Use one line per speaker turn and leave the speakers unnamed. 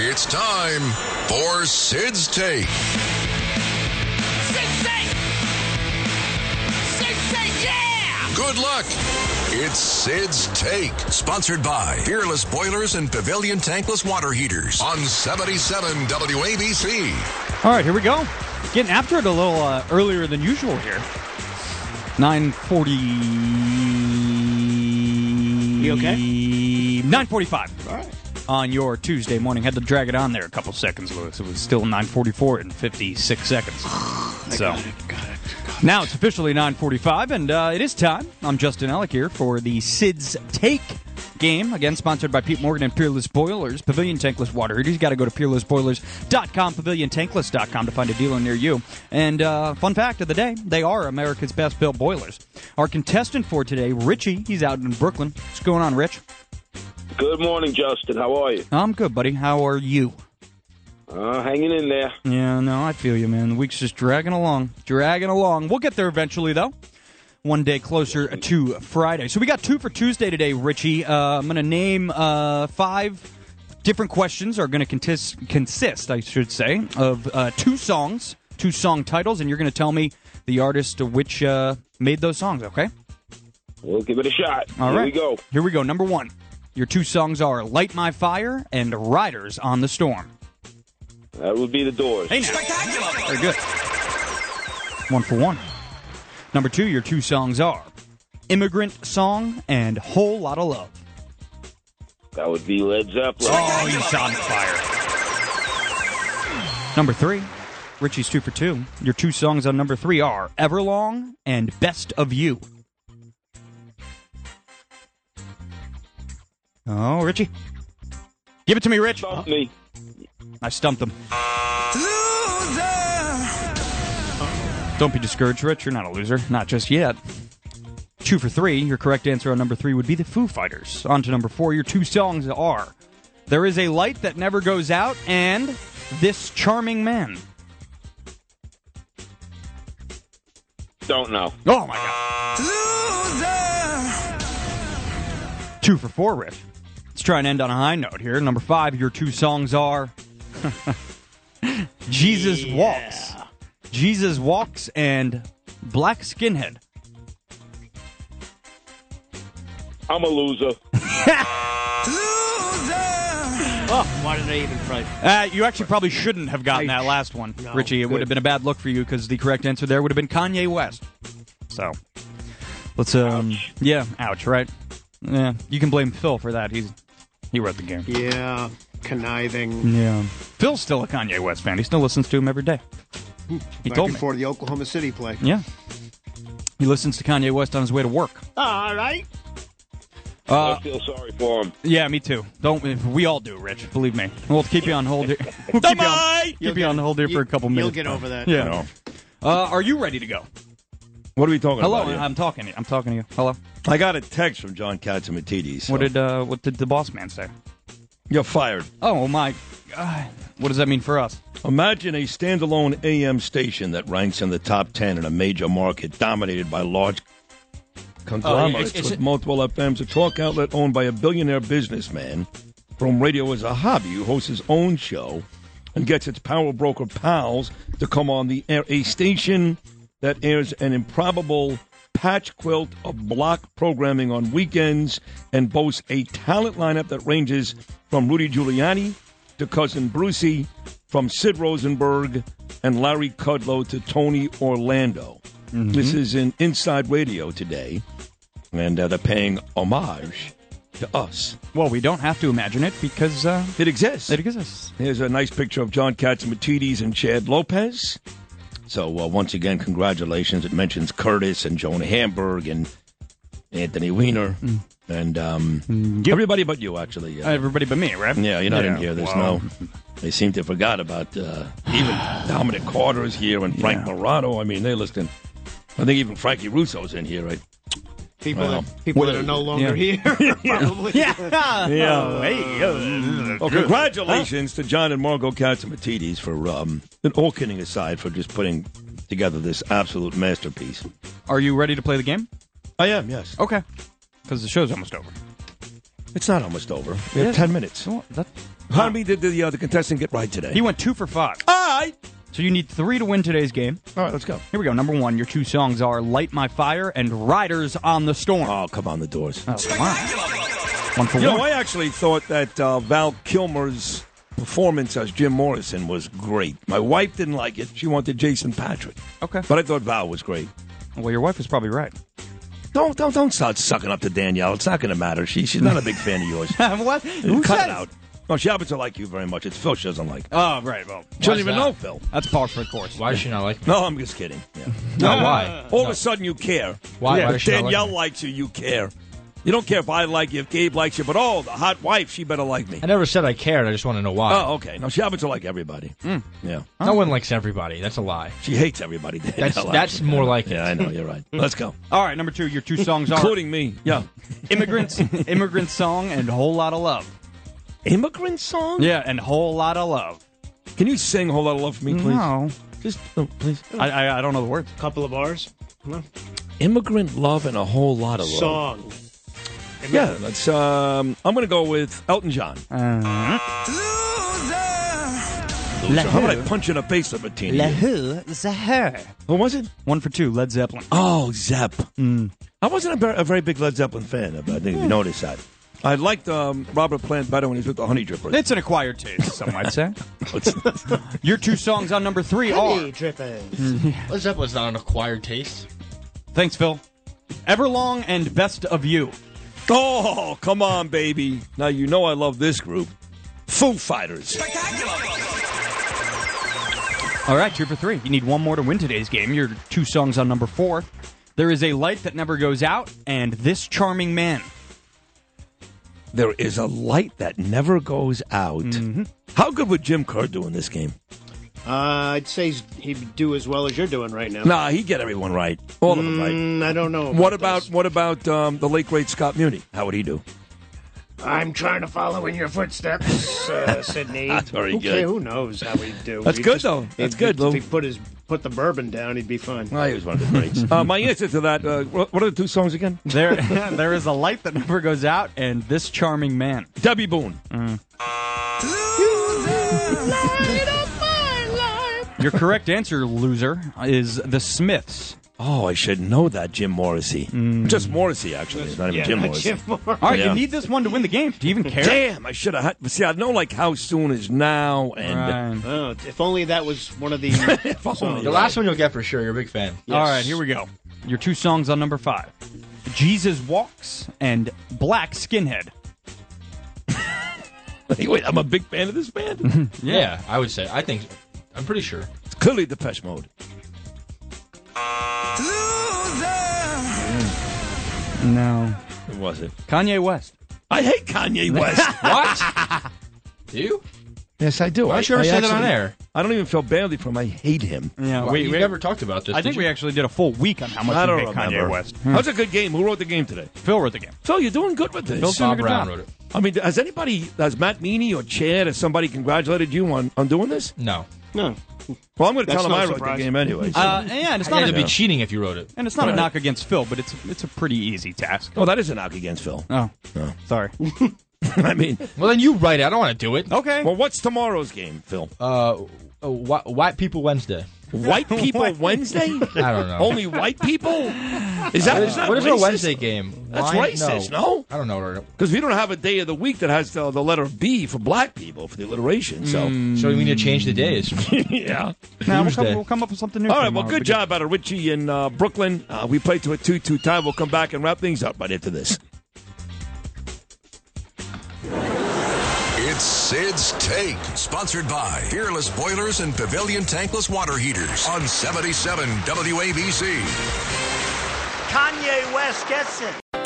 It's time for Sid's Take.
Six eight. Six eight, yeah.
Good luck. It's Sid's Take. Sponsored by Fearless Boilers and Pavilion Tankless Water Heaters on 77 WABC.
All right, here we go. Getting after it a little uh, earlier than usual here. Nine forty. You okay? Nine forty-five. All right. On your Tuesday morning, had to drag it on there a couple seconds, Lewis. It was still nine forty-four and fifty-six seconds. so. Now it's officially 9:45, and uh, it is time. I'm Justin Ellick here for the Sid's Take game. Again, sponsored by Pete Morgan and Peerless Boilers, Pavilion Tankless Water Heaters. You got to go to peerlessboilers.com, paviliontankless.com to find a dealer near you. And uh, fun fact of the day: they are America's best built boilers. Our contestant for today, Richie, he's out in Brooklyn. What's going on, Rich?
Good morning, Justin. How are you?
I'm good, buddy. How are you?
Uh, hanging in there.
Yeah, no, I feel you, man. The week's just dragging along, dragging along. We'll get there eventually, though. One day closer to Friday. So we got two for Tuesday today, Richie. Uh, I'm going to name uh, five different questions. Are going to contest, consist, I should say, of uh, two songs, two song titles, and you're going to tell me the artist which uh, made those songs. Okay.
We'll give it a shot.
All right.
Here we go.
Here we go. Number one. Your two songs are "Light My Fire" and "Riders on the Storm."
That would be the doors.
Hey now. Very good. One for one. Number two, your two songs are Immigrant Song and Whole Lot of Love.
That would be Led Zeppelin.
Oh, you sound fire. Number three, Richie's two for two. Your two songs on number three are Everlong and Best of You. Oh, Richie. Give it to me, Rich.
Bump me.
I stumped him. Don't be discouraged, Rich. You're not a loser. Not just yet. Two for three. Your correct answer on number three would be the Foo Fighters. On to number four. Your two songs are There Is a Light That Never Goes Out and This Charming Man.
Don't know.
Oh my god. Two for four, Rich. Let's try and end on a high note here. Number five, your two songs are Jesus Walks. Jesus Walks and Black Skinhead.
I'm a loser.
Why did I even try?
Uh, you actually probably shouldn't have gotten that last one,
No.
Richie. It would have been a bad look for you because the correct answer there would have been Kanye West. So let's um yeah, ouch, right? Yeah, you can blame Phil for that. He's he wrote the game.
Yeah, conniving.
Yeah, Phil's still a Kanye West fan. He still listens to him every day. He
Back
told me.
before the Oklahoma City play.
Yeah, he listens to Kanye West on his way to work.
All right.
Uh,
I feel sorry for him.
Yeah, me too. Don't we all do, Rich? Believe me. We'll keep you on hold here. We'll keep you on, keep
You'll
you
get-
on hold here
you-
for a couple
you'll
minutes.
get over that.
Yeah. Uh, are you ready to go?
What are we talking
Hello,
about? here?
I'm talking to you. I'm talking to you. Hello.
I got a text from John Katzimatidis. so-
What did uh, what did the boss man say?
You're fired.
Oh my God. What does that mean for us?
Imagine a standalone AM station that ranks in the top 10 in a major market dominated by large conglomerates
Oh, it's-
with multiple FMs, a talk outlet owned by a billionaire businessman from radio as a hobby who hosts his own show and gets its power broker pals to come on the air. A station that airs an improbable patch quilt of block programming on weekends and boasts a talent lineup that ranges from Rudy Giuliani to Cousin Brucey, from Sid Rosenberg and Larry Kudlow to Tony Orlando. This is an Inside Radio today, and uh, they're paying homage to us.
Well, we don't have to imagine it because uh,
It exists.
it exists.
Here's a nice picture of John Katzmatidis and Chad Lopez. So, uh, once again, congratulations. It mentions Curtis and Joan Hamburg and Anthony Weiner
Hmm.
and um, everybody but you, actually. Uh,
Everybody but me, right?
yeah, you're not in here. There's
Wow.
no. They seem to forgot about uh, even Dominic Carter is here and Frank
Yeah.
Morano. I mean, they listen. I think even Frankie Russo's in here, right?
People,
Well,
that, people that are no longer here. Probably.
Yeah. Oh, hey, oh,
Well, congratulations to John and Margot Katsimatidis for, um, and all kidding aside, for just putting together this absolute masterpiece.
Are you ready to play the game?
I am, yes.
Okay. Because the show's almost over.
It's not almost over. We
Yeah.
have 10 minutes.
that-
How many did the, uh, the contestant get right today?
He went two for five.
All right.
So you need three to win today's game.
All right, let's go.
Here we go. Number one, your two songs are "Light My Fire" and "Riders on the Storm."
Oh, come on, the doors.
Oh, come on. One for
You
one.
know, I actually thought that uh, Val Kilmer's performance as Jim Morrison was great. My wife didn't like it. She wanted Jason Patrick.
Okay.
But I thought Val was great.
Well, your wife was probably right.
Don't don't don't start sucking up to Danielle. It's not going to matter. She she's not a big fan of yours.
what? Who
Cut
said
it
it?
out. No, she happens to like you very much. It's Phil she doesn't like.
Oh, right. Well,
She doesn't
Why's
even
that?
know Phil.
that's par for the course.
Why does she not like me?
No, I'm just kidding. Yeah.
No, why?
All of a sudden, you care.
Why? Why
If
does she not like
Danielle
me?
likes you, you care. You don't care if I like you, if Gabe likes you, but oh, the hot wife, she better like me.
I never said I cared. I just want to know why.
Oh, okay. No, she happens to like everybody.
Hmm.
Yeah.
No one likes everybody. That's a lie.
She hates everybody.
That's that's more like
Yeah,
it.
I know. You're right. Let's go.
All right, number two, your two songs are
Including me. Yeah.
"Immigrants," "Immigrant Song," and "Whole Lot of Love."
Immigrant song?
Yeah, and "Whole Lot of Love."
Can you sing a whole lot of love for me, please?
No,
Just, oh, please.
I, I I don't know the words.
Couple of bars.
Immigrant love and a whole lot of love.
Song.
Yeah, that's. Um, I'm going to go with Elton John. Loser. How about I punch you in the face of a teen?
Who the her?
Who was it?
One for two, Led Zeppelin.
Oh, Zepp. I wasn't a, ver- a very big Led Zeppelin fan. but I think you noticed that. I liked um, Robert Plant better when he was with the Honey Drippers.
It's an acquired taste, some might say.
It's-
Your two songs on number three are
What's up? Was not an acquired taste.
Thanks, Phil. Everlong and Best of You.
oh, come on, baby. Now you know I love this group. Foo Fighters.
All right, two for three. You need one more to win today's game. Your two songs on number four. There is a light that never goes out, and this charming man.
There is a light that never goes out. How good would Jim Kerr do in this game?
Uh, I'd say he'd do as well as you're doing right now.
Nah, he'd get everyone right. All of them right.
Mm, I don't know.
What about
this.
what about um, the late great Scott Muni? How would he do?
I'm trying to follow in your footsteps, uh, Sydney.
That's very
who
good.
care- Who knows how he'd do?
That's
He'd
good, though.
if-
That's good,
If
Lou.
he put his put the bourbon down, he'd be fine.
he was one of the greats. uh, my answer to that. Uh, what what are the two songs again?
There, there is a light that never goes out, and this charming man.
Debbie Boone.
Your correct answer, loser, is The Smiths.
Oh, I should know that Jim Morrissey. Mm. Just Morrissey, actually. It's not even Jim Morrissey.
All right,
Yeah.
you need this one to win the game. Do you even care?
Damn, I should have. had- See, I know like how soon is now, and
Right.
Oh, if only that was one of the.
If only-
The last one you'll get for sure. You're a big fan.
All right, here we go. Your two songs on number five Jesus Walks and Black Skinhead.
wait, I'm a big fan of this band.
Yeah, I would say. I think. I'm pretty sure.
it's clearly Depeche Mode.
No.
It was it.
Kanye West.
I hate Kanye West.
What? Do you?
yes, I do.
Why don't you ever say that on air?
I don't even feel badly for him. I hate him.
Yeah,
Well, we never talked about this.
I
did
think
you?
we actually did a full week on how much
Mm. I
we
don't
hate
remember.
Kanye West.
That was a good game. Who wrote the game today?
Phil wrote the game.
Phil, you're doing good with this.
Phil's doing a
Bob
good
Brown
job.
wrote it.
I mean, has anybody, has Matt Meany or Chad or somebody congratulated you on, on doing this?
No.
no.
Well, I'm going to
That's
tell him
no
I wrote the
surprise.
game anyway. so-
Uh, yeah, and it's
Not
not
to
a,
be cheating if you wrote it.
and it's not a
Alright.
knock against Phil, but it's it's a pretty easy task.
oh, that is a knock against Phil.
Oh, sorry.
I mean,
Well, then you write it. I don't want to do it.
Okay.
well, what's tomorrow's game, Phil?
Uh, uh, whi- White People Wednesday.
White People Wednesday?
I don't know.
Only white people? Is that, is that
what is
racist?
a Wednesday game?
That's
Why?
racist, no?
I don't know.
Because we don't have a day of the week that has the, the letter B for black people, for the alliteration, so.
So we need to change the days.
yeah.
Now we'll, come,
Tuesday.
we'll come up with something new.
All
for
right, well,
tomorrow.
good job out of Richie in uh, Brooklyn. Uh, we played to a 2 2 tie. We'll come back and wrap things up right after this.
It's Sid's Take, sponsored by Fearless Boilers and Pavilion Tankless Water Heaters on 77 WABC.
Kanye West gets it.